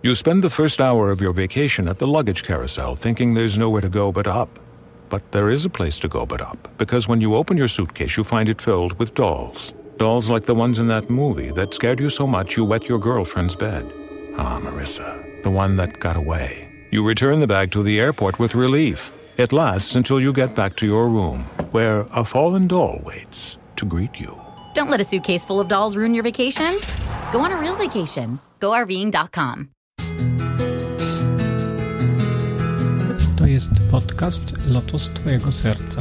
You spend the first hour of your vacation at the luggage carousel thinking there's nowhere to go but up. But there is a place to go but up, because when you open your suitcase, you find it filled with dolls. Dolls like the ones in that movie that scared you so much you wet your girlfriend's bed. Ah, Marissa, the one that got away. You return the bag to the airport with relief. It lasts until you get back to your room, where a fallen doll waits to greet you. Don't let a suitcase full of dolls ruin your vacation. Go on a real vacation. GoRVing.com. To jest podcast Lotus Twojego Serca.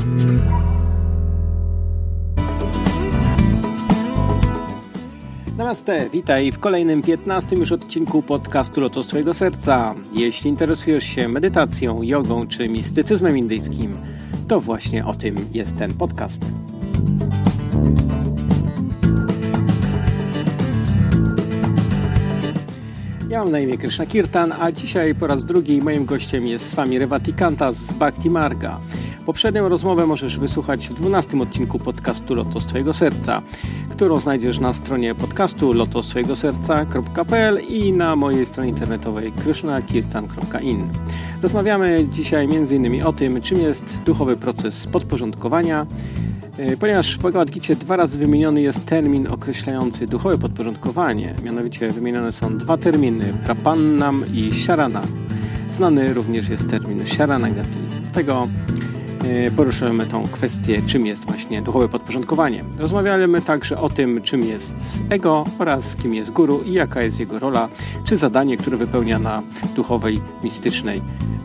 Namaste, witaj w kolejnym 15 już odcinku podcastu Lotos Twojego Serca. Jeśli interesujesz się medytacją, jogą czy mistycyzmem indyjskim, to właśnie o tym jest ten podcast. Ja mam na imię Krishna Kirtan, a dzisiaj po raz drugi moim gościem jest Swami Revatikanta z Bhakti Marga. Poprzednią rozmowę możesz wysłuchać w 12 odcinku podcastu Lotos Twojego Serca, którą znajdziesz na stronie podcastu lotostwojegoserca.pl i na mojej stronie internetowej krishnakirtan.in. Rozmawiamy dzisiaj m.in. o tym, czym jest duchowy proces podporządkowania, E, Ponieważ w Bhagavad Gita dwa razy wymieniony jest termin określający duchowe podporządkowanie, mianowicie wymienione są dwa terminy prapannam i sharana. Znany również jest termin sharanagati. Dlatego e, poruszymy tą kwestię, czym jest właśnie duchowe podporządkowanie. Rozmawialiśmy także o tym, czym jest ego oraz kim jest guru i jaka jest jego rola, czy zadanie, które wypełnia na duchowej, mistycznej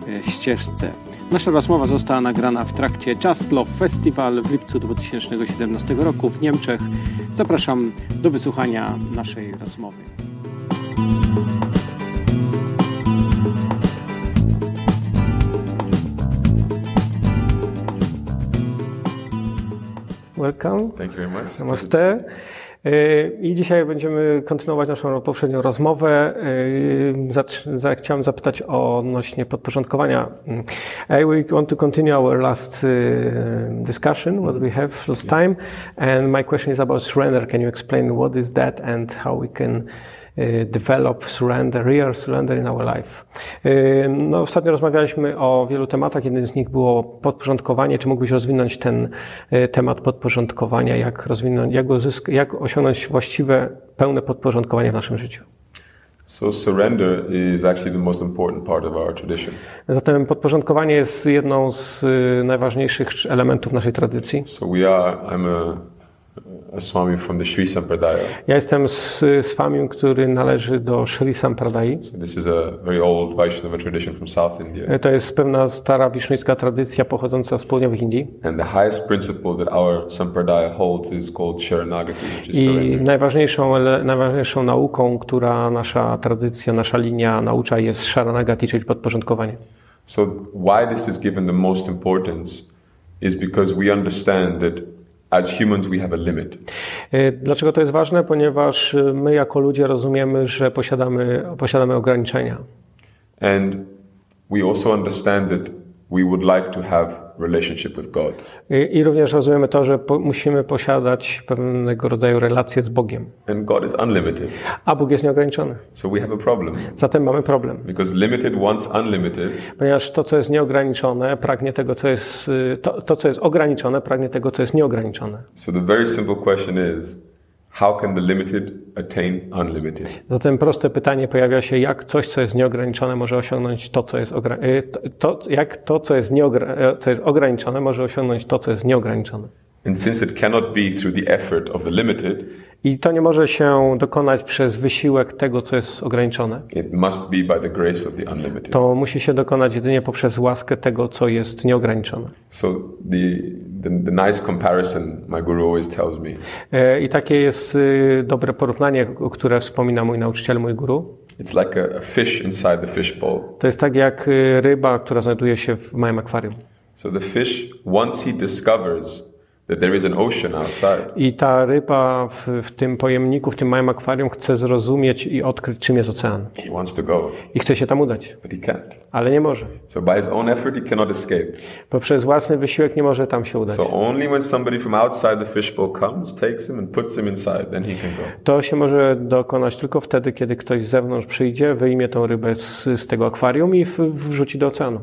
e, ścieżce. Nasza rozmowa została nagrana w trakcie Just Love Festival w lipcu 2017 roku w Niemczech. Zapraszam do wysłuchania naszej rozmowy. Welcome. Thank you very much. Namaste. Y, I dzisiaj będziemy kontynuować naszą poprzednią rozmowę. Y, zacz- za- Chciałem zapytać o odnośnie podporządkowania. Mm, I we want to continue our last y, discussion, what we have last time. And my question is about surrender. Can you explain what is that and how we can y, develop surrender, real surrender in our life? Y, No, ostatnio rozmawialiśmy o wielu tematach. Jednym z nich było podporządkowanie. Czy mógłbyś rozwinąć ten y, temat podporządkowania? Jak, rozwinąć, jak, uzysk- jak osiągnąć właściwe, pełne podporządkowanie w naszym życiu? So surrender is actually the most important part of our tradition. Zatem podporządkowanie jest jedną z y, najważniejszych elementów naszej tradycji. So we are. I'm a, a swami from the Sri Sampradaya. Ja jestem z, z Famim, który należy do Sri Sampradai. So this is a very old Vaishnava tradition from South India. Y, To jest pewna stara wisznuicka tradycja pochodząca z południowych Indii. And the highest principle that our Sampradaya holds is called Sharanagati, which is I surrender. najważniejszą, ele- najważniejszą nauką, która nasza tradycja, nasza linia naucza jest Sharanagati, czyli podporządkowanie. So why this is given the most importance is because we understand that as humans we have a limit. Y, Dlaczego to jest ważne? Ponieważ y, my jako ludzie rozumiemy, że posiadamy, posiadamy ograniczenia. And we also understand that we would like to have relationship with God. Y, I również rozumiemy to, że po, musimy posiadać pewnego rodzaju relacje z Bogiem. And God is unlimited. A Bóg jest nieograniczony. So we have a problem. Zatem mamy problem. Because limited wants unlimited, Ponieważ to, co jest nieograniczone, pragnie tego, co jest, y, to, to, co jest ograniczone, pragnie tego, co jest nieograniczone. So the very simple question is how can the limited attain unlimited? Zatem proste pytanie pojawia się, jak coś, co jest nieograniczone, może osiągnąć to, co jest ogra- y, to, to- jak to, co jest, nieogra- y, co jest ograniczone, może osiągnąć to, co jest nieograniczone. And since it cannot be through the effort of the limited, I to nie może się dokonać przez wysiłek tego, co jest ograniczone. it must be by the grace of the unlimited. To musi się dokonać jedynie poprzez łaskę tego, co jest nieograniczone. So the, the the nice comparison my guru always tells me Y, I takie jest y, dobre porównanie, o które wspomina mój nauczyciel, mój guru. It's like a, a fish inside the fishbowl. To jest tak jak y, ryba, która znajduje się w małym akwarium. So the fish, once he discovers that there is an ocean outside, I ta ryba w, w tym pojemniku, w tym małym akwarium chce zrozumieć i odkryć, czym jest ocean. he wants to go, I chce się tam udać, but he can't. ale nie może. So by his own effort, he cannot escape. Bo przez własny wysiłek nie może tam się udać. So only when somebody from outside the fishbowl comes, takes him, and puts him inside, then he can go. To się może dokonać tylko wtedy, kiedy ktoś z zewnątrz przyjdzie, wyjmie tą rybę z, z tego akwarium i w, wrzuci do oceanu.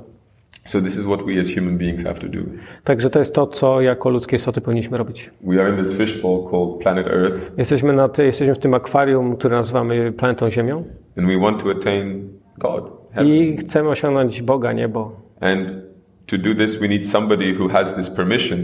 So this is what we as human beings have to do. Także to jest to, co jako ludzkie istoty powinniśmy robić. We are in this fishbowl called planet Earth, Jesteśmy, na te, jesteśmy w tym akwarium, które nazywamy planetą Ziemią and we want to attain God, i heaven. chcemy osiągnąć Boga, niebo. And to do this, we need somebody who has this permission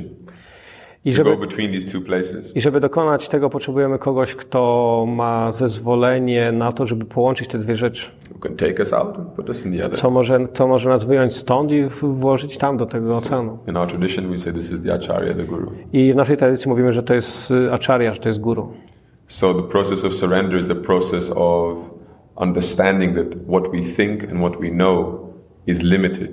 I to go żeby, between these two places. I żeby dokonać tego, potrzebujemy kogoś, kto ma zezwolenie na to, żeby połączyć te dwie rzeczy. Who can take us out and put us in the other. Co może, co może nas wyjąć stąd i w- włożyć tam, do tego oceanu. In our tradition, we say this is the Acharya, the Guru. I w naszej tradycji mówimy, że to jest y, acharya, że to jest guru. So the process of surrender is the process of understanding that what we think and what we know is limited.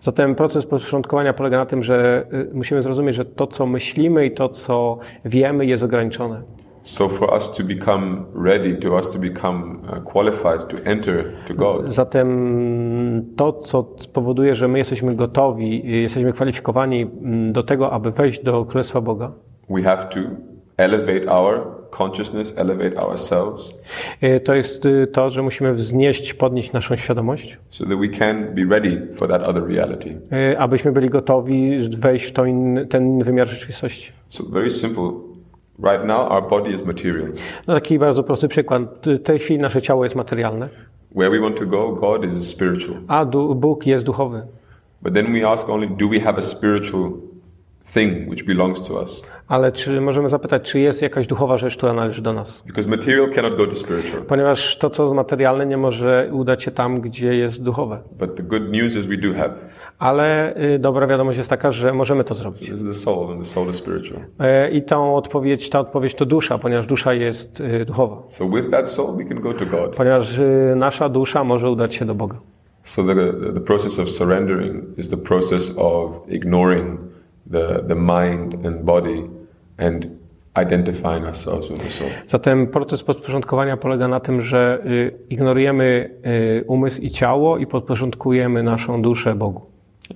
Zatem proces podporządkowania polega na tym, że y, musimy zrozumieć, że to, co myślimy i to, co wiemy, jest ograniczone. So for us to become ready, to us to become uh, qualified to enter to God, Zatem to, co spowoduje, że my jesteśmy gotowi, y, jesteśmy kwalifikowani mm, do tego, aby wejść do Królestwa Boga, we have to elevate our consciousness, elevate ourselves, y, to jest y, to, że musimy wznieść, podnieść naszą świadomość, so that we can be ready for that other reality. y, abyśmy byli gotowi wejść w to in, ten inny wymiar rzeczywistości. So very simple. Right now, our body is material. No, taki bardzo prosty przykład. Y, W tej chwili nasze ciało jest materialne, Where we want to go, God is spiritual. a du- Bóg jest duchowy. But then we ask only, do we have a spiritual thing which belongs to us? Ale czy możemy zapytać, czy jest jakaś duchowa rzecz, która należy do nas? Because material cannot go to spiritual. Ponieważ to, co materialne, nie może udać się tam, gdzie jest duchowe. But the good news is we do have. Ale y, dobra wiadomość jest taka, że możemy to zrobić. This is the soul, and the soul is spiritual. E, I tą odpowiedź, ta odpowiedź to dusza, ponieważ dusza jest y, duchowa. So with that soul, we can go to God. Ponieważ y, nasza dusza może udać się do Boga. So the, the process of surrendering is the process of ignoring the, the mind and body and identifying ourselves with the soul. Zatem proces podporządkowania polega na tym, że y, ignorujemy y, umysł i ciało i podporządkujemy naszą duszę Bogu.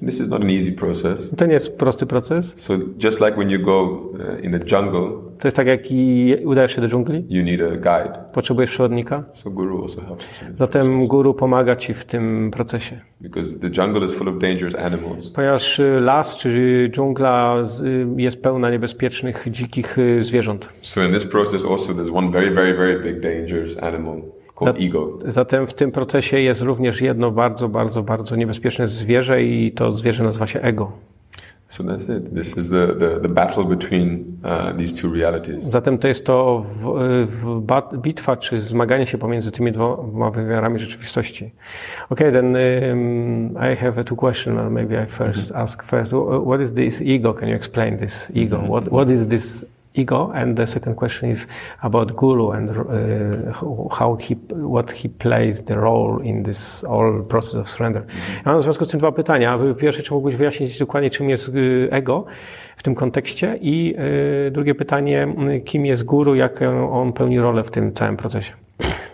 This is not an easy process. To nie jest prosty proces. So just like when you go uh, in the jungle, To jest tak, jak i udajesz się do dżungli, you need a guide. potrzebujesz przewodnika. So Guru also helps us. in this Zatem guru pomaga ci w tym procesie. Because the jungle is full of dangerous animals. Ponieważ y, las czy dżungla z- y, jest pełna niebezpiecznych, dzikich y, zwierząt. So in this process also there's one very, very, very big dangerous animal called That- ego. Zatem w tym procesie jest również jedno bardzo, bardzo, bardzo niebezpieczne zwierzę i to zwierzę nazywa się ego. So that's it. This is the, the, the battle between uh, these two realities. Zatem to jest to w, w bat, bitwa czy zmaganie się pomiędzy tymi dwoma wymiarami rzeczywistości. Okay, then um, I have a two question. and Maybe I first ask first. wh- What is this ego? Can you explain this ego? What, what is this ego? And the second question is about Guru and uh, how- how he, what he plays the role in this all process of surrender. Ja mam w związku z tym dwa pytania. Pierwsze, czy mógłbyś wyjaśnić dokładnie, czym jest y, ego w tym kontekście? I y, drugie pytanie, y, kim jest Guru, jaką on pełni rolę w tym całym procesie?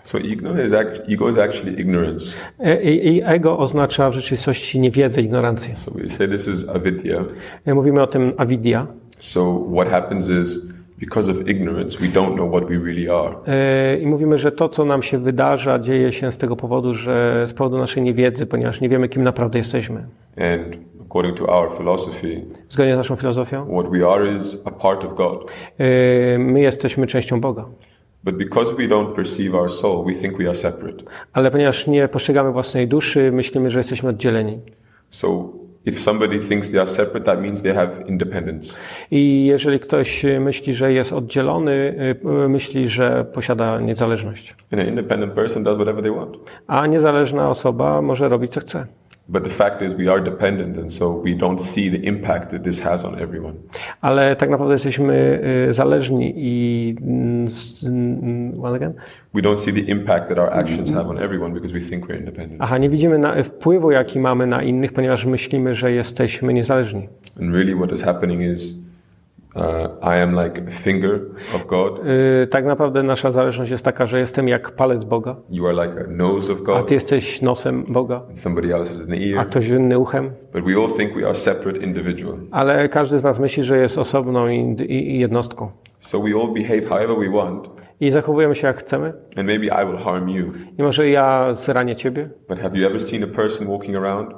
So ego is, act, ego is actually ignorance. E- I, I ego oznacza w rzeczywistości niewiedzę, ignorancję. E, So we say this is avidya. Mówimy o tym avidya. So what happens is because of ignorance we don't know what we really are. E, I mówimy, że to, co nam się wydarza, dzieje się z tego powodu, że z powodu naszej niewiedzy, ponieważ nie wiemy, kim naprawdę jesteśmy. And according to our philosophy, Zgodnie z naszą filozofią, what we are is a part of God. e, my jesteśmy częścią Boga. But because we don't perceive our soul, we think we are separate. Ale ponieważ nie postrzegamy własnej duszy, myślimy, że jesteśmy oddzieleni. So if somebody thinks they are separate, that means they have independence. I jeżeli ktoś myśli, że jest oddzielony, e, myśli, że posiada niezależność. And an independent person does whatever they want. A niezależna osoba może robić, co chce. But the fact is, we are dependent, and so we don't see the impact that this has on everyone. Ale tak naprawdę jesteśmy y, zależni i mm, s- mm, once again? We don't see the impact that our actions have on everyone because we think we're independent. Aha, nie widzimy na, wpływu, jaki mamy na innych, ponieważ myślimy, że jesteśmy niezależni. And really, what is happening is uh, I am like a finger of God, Y, Tak naprawdę nasza zależność jest taka, że jestem jak palec Boga, you are like a nose of a God, ty jesteś nosem Boga, and somebody else is an a ear. ktoś inny uchem. But we all think we are separate individual. Ale każdy z nas myśli, że jest osobną i, i, i jednostką. So we all behave however we want, I zachowujemy się jak chcemy. and maybe I will harm you. I może ja zranię ciebie, But have you ever seen a person walking around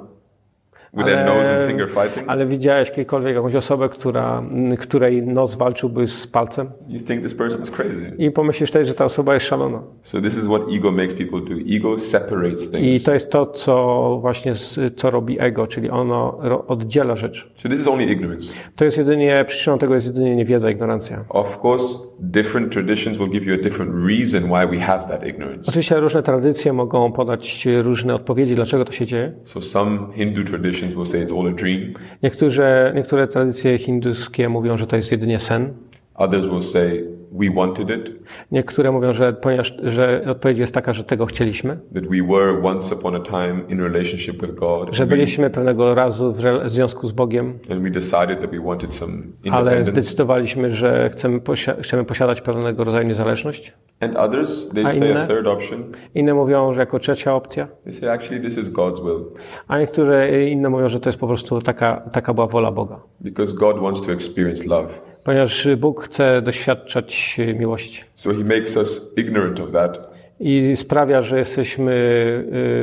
with their Ale- nose and finger fighting? Um, ale widziałeś kiedykolwiek jakąś osobę, która, m, której nos walczyłby z palcem? You think this person is crazy. I pomyślisz też, że ta osoba jest szalona. So this is what ego makes people do. Ego separates I things. to jest to, co właśnie z, co robi ego, czyli ono ro, oddziela rzecz. So this is only ignorance. To jest jedynie, przyczyną tego jest jedynie niewiedza, ignorancja. Of course, different traditions will give you a different reason why we have that ignorance. Oczywiście różne tradycje mogą podać różne odpowiedzi, dlaczego to się dzieje. So some Hindu traditions will say it's all a dream. Niektóre, niektóre tradycje hinduskie mówią, że to jest jedynie sen. Others will say we wanted it, Niektóre mówią, że, ponieważ, że odpowiedź jest taka, że tego chcieliśmy, that we were once upon a time in relationship with God, że and we, byliśmy pewnego razu w rel- związku z Bogiem, and we decided that we wanted some ale independence. zdecydowaliśmy, że chcemy, posia- chcemy posiadać pewnego rodzaju niezależność. And others, they A say inne? a third option. Inne mówią, że jako trzecia opcja, They say actually this is God's will, a niektóre inne mówią, że to jest po prostu taka, taka była wola Boga. because God wants to experience love. Ponieważ Bóg chce doświadczać y, miłości So He makes us ignorant of that, i sprawia, że jesteśmy,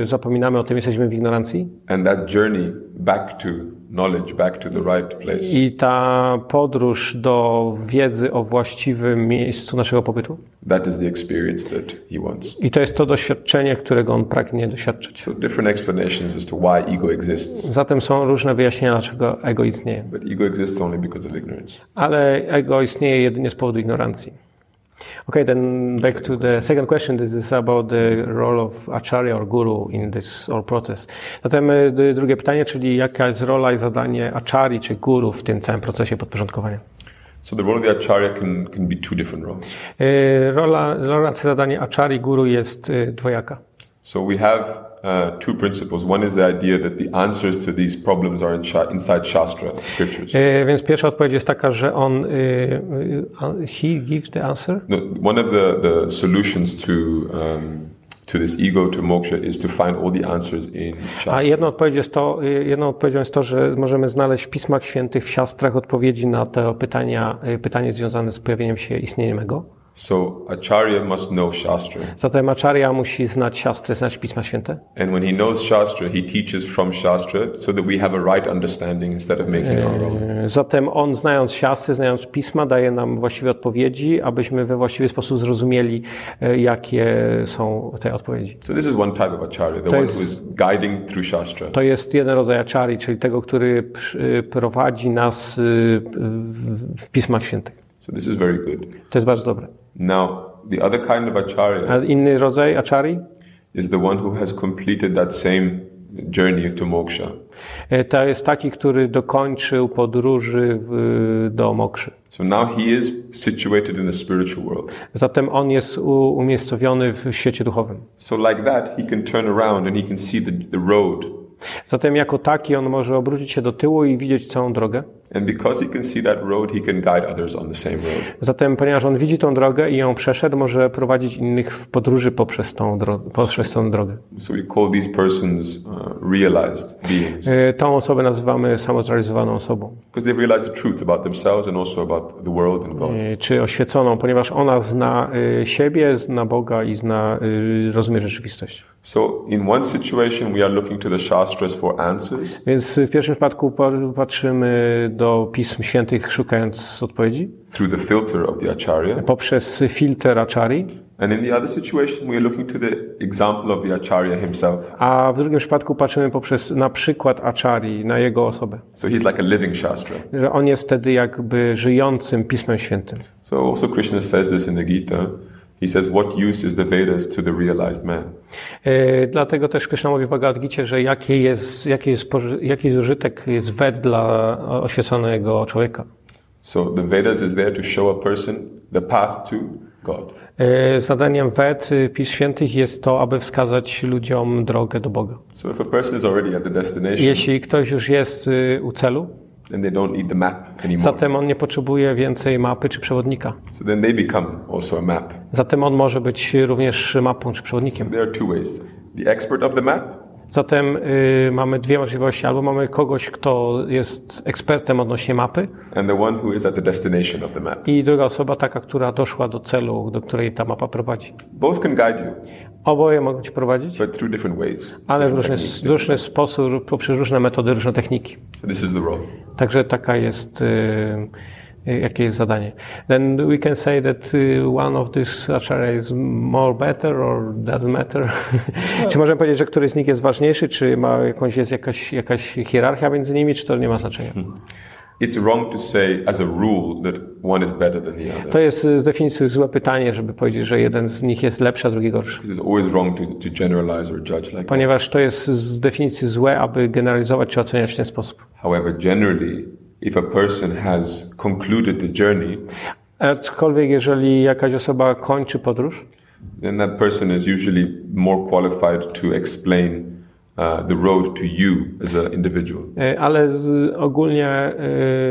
y, zapominamy o tym, jesteśmy w ignorancji. and that journey back to knowledge, back to the right place. I ta podróż do wiedzy o właściwym miejscu naszego pobytu. That is the experience that he wants. I to jest to doświadczenie, którego on pragnie doświadczyć. So different explanations as to why ego exists. Zatem są różne wyjaśnienia, dlaczego ego istnieje. But ego exists only because of ignorance. Ale ego istnieje jedynie z powodu ignorancji. Okay, then back to the second question. This is about the role of acharya or guru in this whole process. Zatem y, d- drugie pytanie, czyli jaka jest rola i zadanie acharyi czy guru w tym całym procesie podporządkowania? So the role of the acharya can, can be two different roles. Y, Rola, rola czy zadanie acharyi guru jest y, dwojaka. So we have uh, two principles. One is the idea that the answers to these problems are in sha- inside Shastra, scriptures. E, Więc pierwsza odpowiedź jest taka, że on. y, y, a- He gives the answer. No, one of the, the solutions to, um, to this ego, to moksha, is to find all the answers in A Shastra. jedną odpowiedzią, jest to, y, jedną odpowiedzią jest to, że możemy znaleźć w pismach świętych, w siastrach odpowiedzi na te pytania, y, pytanie związane z pojawieniem się istnieniem ego. So acharya must know Shastra. Zatem Acharya musi znać siastry, znać pisma święte. And when he knows Shastra, he teaches from Shastra so that we have a right understanding instead of making our own. Y, Zatem on, znając siastry, znając pisma, daje nam właściwe odpowiedzi, abyśmy we właściwy sposób zrozumieli, y, jakie są te odpowiedzi. So this is one type of acharya, the one who is- is guiding through Shastra. To jest jeden rodzaj aczari, czyli tego, który przy- y, prowadzi nas y, w- w pismach świętych. So this is very good. To jest bardzo dobre. Now, the other kind of acharya A inny rodzaj aczari is the one who has completed that same journey to moksha. y, to jest taki, który dokończył podróży w, do mokrzy. So now he is situated in the spiritual world. Zatem on jest u, umiejscowiony w świecie duchowym. So like that, he can turn around and he can see the, the road. Zatem jako taki on może obrócić się do tyłu i widzieć całą drogę. And because he can see that road, he can guide others on the same road. Zatem ponieważ on widzi tą drogę i ją przeszedł, może prowadzić innych w podróży poprzez tą, dro- poprzez tą drogę. So we call these persons uh, realized beings Y, Tą osobę nazywamy samozrealizowaną osobą. because they realize the truth about themselves and also about the world and God. y, czy oświeconą, ponieważ ona zna y, siebie, zna Boga i zna, y, rozumie rzeczywistość. So in one situation, we are looking to the Shastras for answers. Więc w pierwszym przypadku po- patrzymy do Pism Świętych szukając odpowiedzi through the filter of the acharya. poprzez filtr Achari, And in the other situation, we are looking to the example of the acharya himself. a w drugim przypadku patrzymy poprzez na przykład Achari, na jego osobę. So he's like a living Shastra. Że on jest wtedy jakby żyjącym Pismem Świętym. So also Krishna says this in the Gita. He He says, What use is the Vedas to the realized man? E, Dlatego też Krishna mówi w Bhagavad Gita, że jaki jest, jaki, jest, poży- jaki jest użytek jest wed dla oświeconego człowieka. So the Vedas is there to show a person the path to God. E, Zadaniem wed, y, Pism Świętych jest to, aby wskazać ludziom drogę do Boga. So if a person is already at the destination Jeśli ktoś już jest y, u celu, then they don't need the map anymore, zatem on nie potrzebuje więcej mapy czy przewodnika. so then they become also a map. Zatem on może być również mapą czy przewodnikiem. There are two ways the expert of the map Zatem y, mamy dwie możliwości. Albo mamy kogoś, kto jest ekspertem odnośnie mapy and the one who is at the destination of the map. i druga osoba taka, która doszła do celu, do której ta mapa prowadzi. Both can guide you, Oboje mogą ci prowadzić, but through different ways. ale w different różny, techniques, different- różny sposób, poprzez różne metody, różne techniki. So this is the role. Także taka jest, y, y, jakie jest zadanie. Then we can say that y, one of these achara is more better or doesn't matter. czy możemy powiedzieć, że któryś z nich jest ważniejszy, czy ma jakąś, jest jakaś, jakaś hierarchia między nimi, czy to nie ma znaczenia? It's wrong to say, as a rule, that one is better than the To other. jest y, z definicji złe pytanie, żeby powiedzieć, że jeden z nich jest lepszy, a drugi gorszy. It is always wrong to, to generalize or judge like that. Ponieważ to jest z definicji złe, aby generalizować czy oceniać w ten sposób. However, generally, if a person has concluded the journey, Aczkolwiek, jeżeli jakaś osoba kończy podróż, then that person is usually more qualified to explain uh, the road to you as an individual. Y, Ale z, ogólnie,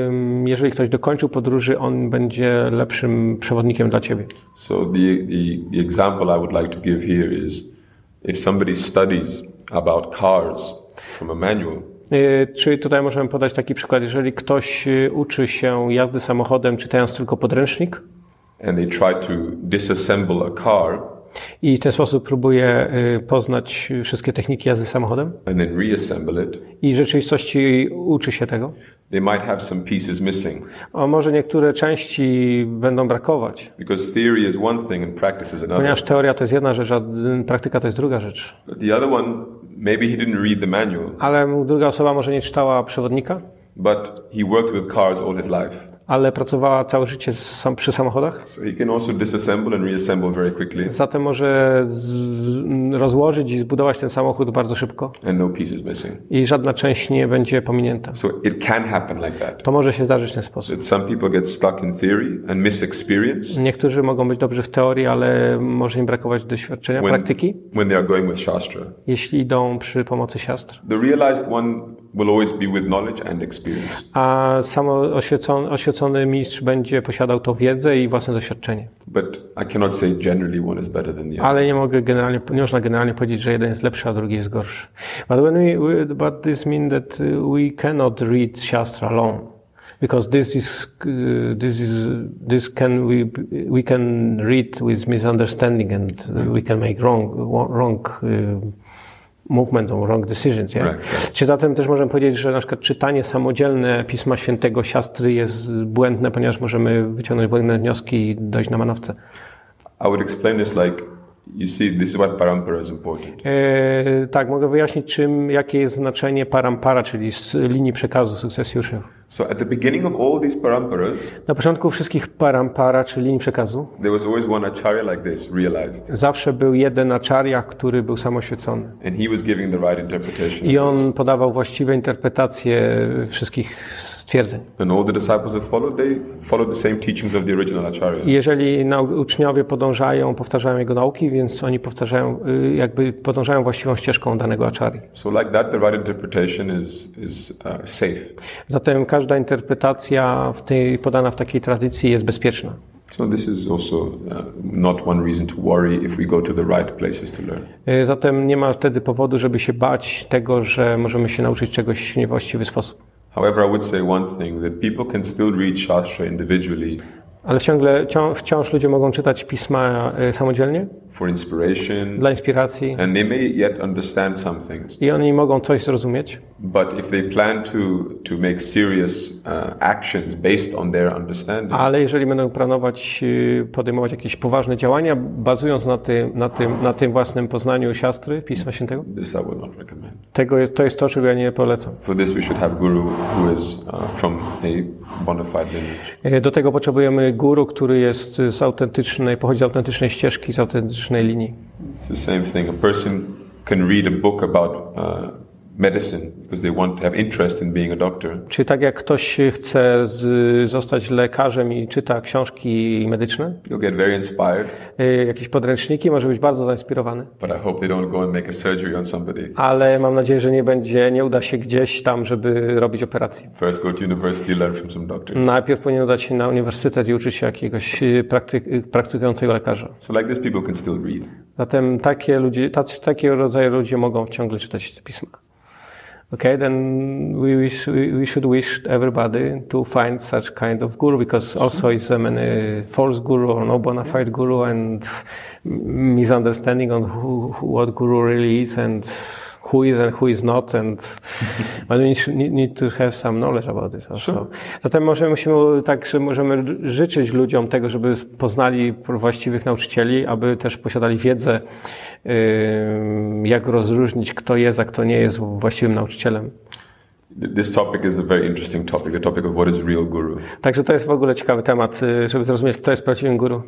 ym, jeżeli ktoś dokończył podróży, on będzie lepszym przewodnikiem dla ciebie. So the, the, the example I would like to give here is if somebody studies about cars from a manual, Y, Czyli tutaj możemy podać taki przykład. Jeżeli ktoś y, uczy się jazdy samochodem, czytając tylko podręcznik and they try to disassemble a car i w ten sposób próbuje y, poznać y, wszystkie techniki jazdy samochodem and then reassemble it, i w rzeczywistości uczy się tego, they might have some pieces missing a może niektóre części będą brakować, because theory is one thing and practice is another. ponieważ teoria to jest jedna rzecz, a y, praktyka to jest druga rzecz. But the other one, maybe he didn't read the manual, Ale druga osoba może nie czytała przewodnika, but he worked with cars all his life. ale pracowała całe życie z, sam- przy samochodach. So he can also disassemble and reassemble very quickly Zatem może z, rozłożyć i zbudować ten samochód bardzo szybko and no pieces missing. i żadna część nie będzie pominięta. So it can happen like that. To może się zdarzyć w ten sposób. That some people get stuck in theory and miss experience Niektórzy mogą być dobrzy w teorii, ale może im brakować doświadczenia, when, praktyki, when they are going with Shastra. jeśli idą przy pomocy siastr. The realized one will always be with knowledge and experience. A samo oświecony, oświecony mistrz będzie posiadał tą wiedzę i własne doświadczenie. But I cannot say generally one is better than the other. Ale nie mogę generalnie, nie można generalnie powiedzieć, że jeden jest lepszy, a drugi jest gorszy. But when we, we no y, but this mean that uh, we cannot read Shastra alone. Because this is, uh, this is, this can we, we can read with misunderstanding and uh, we can make wrong, wrong uh, movements or wrong decisions. Yeah? Right, right. Czy zatem też możemy powiedzieć, że na przykład czytanie samodzielne Pisma Świętego Siastry jest błędne, ponieważ możemy wyciągnąć błędne wnioski i dojść na manowce? I would explain this like, you see, this is why parampara is important. E, tak, mogę wyjaśnić, czym, jakie jest znaczenie parampara, czyli z linii przekazu sukcesji uczniów. So at the beginning of all these paramparas, Na początku wszystkich parampara, czyli linii przekazu, there was always one acharya like this, realized. zawsze był jeden acharya, który był samoświecony. And he was giving the right interpretation. I on podawał właściwe interpretacje wszystkich stwierdzeń. And all the disciples that followed, they followed the same teachings of the original Acharya. I Jeżeli nau- uczniowie podążają, powtarzają jego nauki, więc oni powtarzają, y, jakby podążają właściwą ścieżką danego acharyi. So like that, the right interpretation is, is uh, safe. Zatem każda interpretacja w tej, podana w takiej tradycji jest bezpieczna. So this is also uh, not one reason to worry if we go to the right places to learn. Y, Zatem nie ma wtedy powodu, żeby się bać tego, że możemy się nauczyć czegoś w niewłaściwy sposób. However, I would say one thing, that people can still read Shastra individually Ale ciągle, cią- wciąż ludzie mogą czytać pisma y, samodzielnie for inspiration, dla inspiracji and they may yet understand some things. i oni mogą coś zrozumieć, But if they plan to, to make serious uh, actions based on their understanding, ale jeżeli będą planować y, podejmować jakieś poważne działania, bazując na tym, na tym, na tym własnym poznaniu siastry Pisma Świętego, this I would not recommend. tego jest, to jest to, czego ja nie polecam. For this, we should have guru who is uh, from a bona fide lineage. Y, Do tego potrzebujemy guru, który jest z autentycznej, pochodzi z autentycznej ścieżki, z autentycznej linii. It's the same thing. A person can read a book about uh, medicine because they want to have interest in being a doctor. Czy tak jak ktoś chce z, zostać lekarzem i czyta książki medyczne, They'll get very inspired, y, jakieś podręczniki, może być bardzo zainspirowany, but I hope they don't go and make a surgery on somebody. ale mam nadzieję, że nie będzie, nie uda się gdzieś tam, żeby robić operację. First, go to university, learn from some doctors. Najpierw powinien udać się na uniwersytet i uczyć się jakiegoś y, praktyk, y, praktykującego lekarza. So, like this, people can still read. Zatem takie ludzie, tacy, takie rodzaje ludzie mogą ciągle czytać pisma. Okay, then we, wish, we we should wish everybody to find such kind of guru because also is a many false guru or no bona fide guru and misunderstanding on who, who what guru really is and who is and who is not and but we need, need to have some knowledge about this also. Zatem może musimy tak, że możemy życzyć ludziom tego, żeby poznali właściwych nauczycieli, aby też posiadali wiedzę, ym, jak rozróżnić, kto jest, a kto nie jest właściwym nauczycielem. Th- This topic is a very interesting topic. The topic of what is real guru, Także to jest w ogóle ciekawy temat, y, żeby zrozumieć, kto jest prawdziwym guru.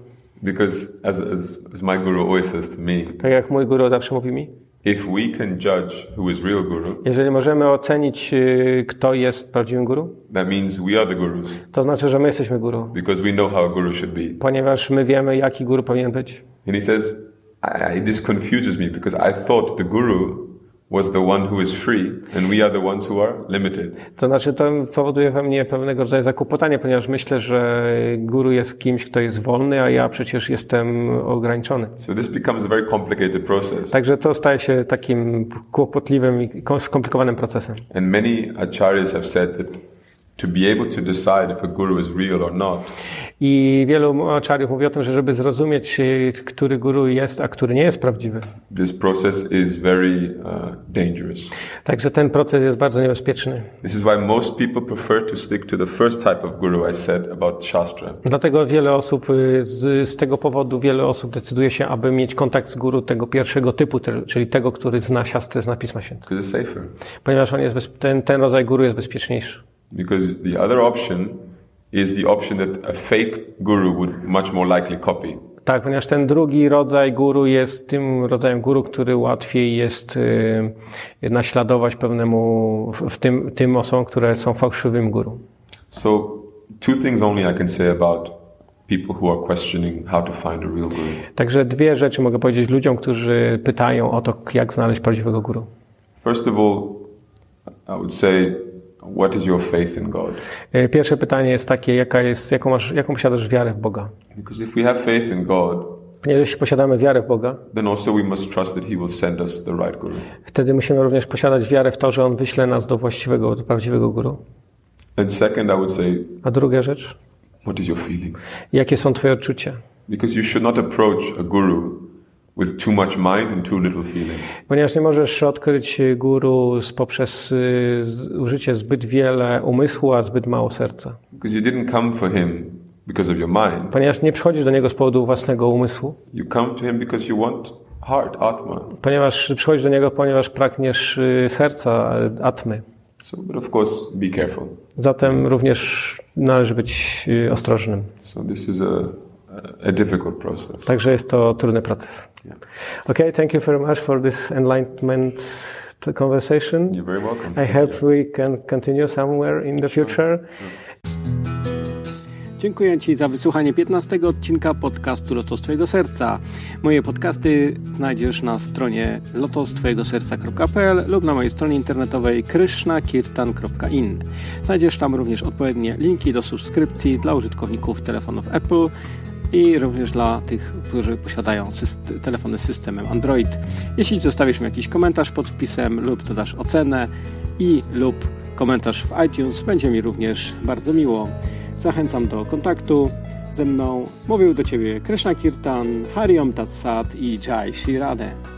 because as, as, as my guru always says to me, Tak jak mój guru zawsze mówi mi, if we can judge who is real guru, jeżeli możemy ocenić, y, kto jest prawdziwym guru, that means we are the gurus to znaczy, że my jesteśmy guru, because we know how a guru should be. ponieważ my wiemy, jaki guru powinien być. And he says, I, I- This confuses me because I thought the guru was the one who is free and we are the ones who are limited. To znaczy, to powoduje we mnie pewnego rodzaju zakłopotanie, ponieważ myślę, że guru jest kimś, kto jest wolny, a ja przecież jestem ograniczony. So this becomes a very complicated process. Także to staje się takim kłopotliwym i ko- skomplikowanym procesem. And many acharyas have said that to be able to decide if a guru is real or not, I wielu aczariów mówi o tym, że żeby zrozumieć, y, który guru jest, a który nie jest prawdziwy. this process is very uh, dangerous. Także ten proces jest bardzo niebezpieczny. This is why most people prefer to stick to the first type of guru I said about Shastra. Dlatego wiele osób, y, z, z tego powodu wiele osób decyduje się, aby mieć kontakt z guru tego pierwszego typu, te- czyli tego, który zna siastrę, zna Pisma Święte. Because it's safer. Ponieważ on jest bez, ten, ten rodzaj guru jest bezpieczniejszy. Because the other option is the option that a fake guru would much more likely copy. Tak, ponieważ ten drugi rodzaj guru jest tym rodzajem guru, który łatwiej jest y, naśladować pewnemu, w, w tym, tym osobom, które są fałszywym guru. So, two things only I can say about people who are questioning how to find a real guru. Także dwie rzeczy mogę powiedzieć ludziom, którzy pytają o to, jak znaleźć prawdziwego guru. First of all, I would say, what is your faith in God? Y, Pierwsze pytanie jest takie, jaka jest, jaką, masz, jaką posiadasz wiarę w Boga? Because if we have faith in God, Ponieważ jeśli posiadamy wiarę w Boga, then also we must trust that He will send us the right guru. wtedy musimy również posiadać wiarę w to, że On wyśle nas do właściwego, do prawdziwego guru. And second, I would say, A druga rzecz, what is your feeling? jakie są Twoje odczucia? Because you should not approach a guru with too much mind and too little feeling. Ponieważ nie możesz odkryć guru z- poprzez y, z- użycie zbyt wiele umysłu, a zbyt mało serca. Because you didn't come for Him because of your mind. Ponieważ nie przychodzisz do niego z powodu własnego umysłu, You come to Him because you want heart, Atma. ponieważ przychodzisz do niego, ponieważ pragniesz y, serca, y, atmy. So, but of course, be careful. Zatem również należy być y, ostrożnym. So this is a, a difficult process. Także jest to trudny proces. Okay, thank you very much for this enlightenment t- conversation. You're very welcome. I hope we can continue somewhere in the future. Dziękuję Ci za wysłuchanie 15 odcinka podcastu Lotos Twojego Serca. Moje podcasty znajdziesz na stronie lotostwojegoserca.pl lub na mojej stronie internetowej krishnakirtan.in. Znajdziesz tam również odpowiednie linki do subskrypcji dla użytkowników telefonów Apple i również dla tych, którzy posiadają syst- telefony z systemem Android. Jeśli zostawisz mi jakiś komentarz pod wpisem lub dodasz ocenę i lub komentarz w iTunes, będzie mi również bardzo miło. Zachęcam do kontaktu. Ze mną mówił do Ciebie Krishna Kirtan, Hariom Tatsat i Jai Shri Radhe.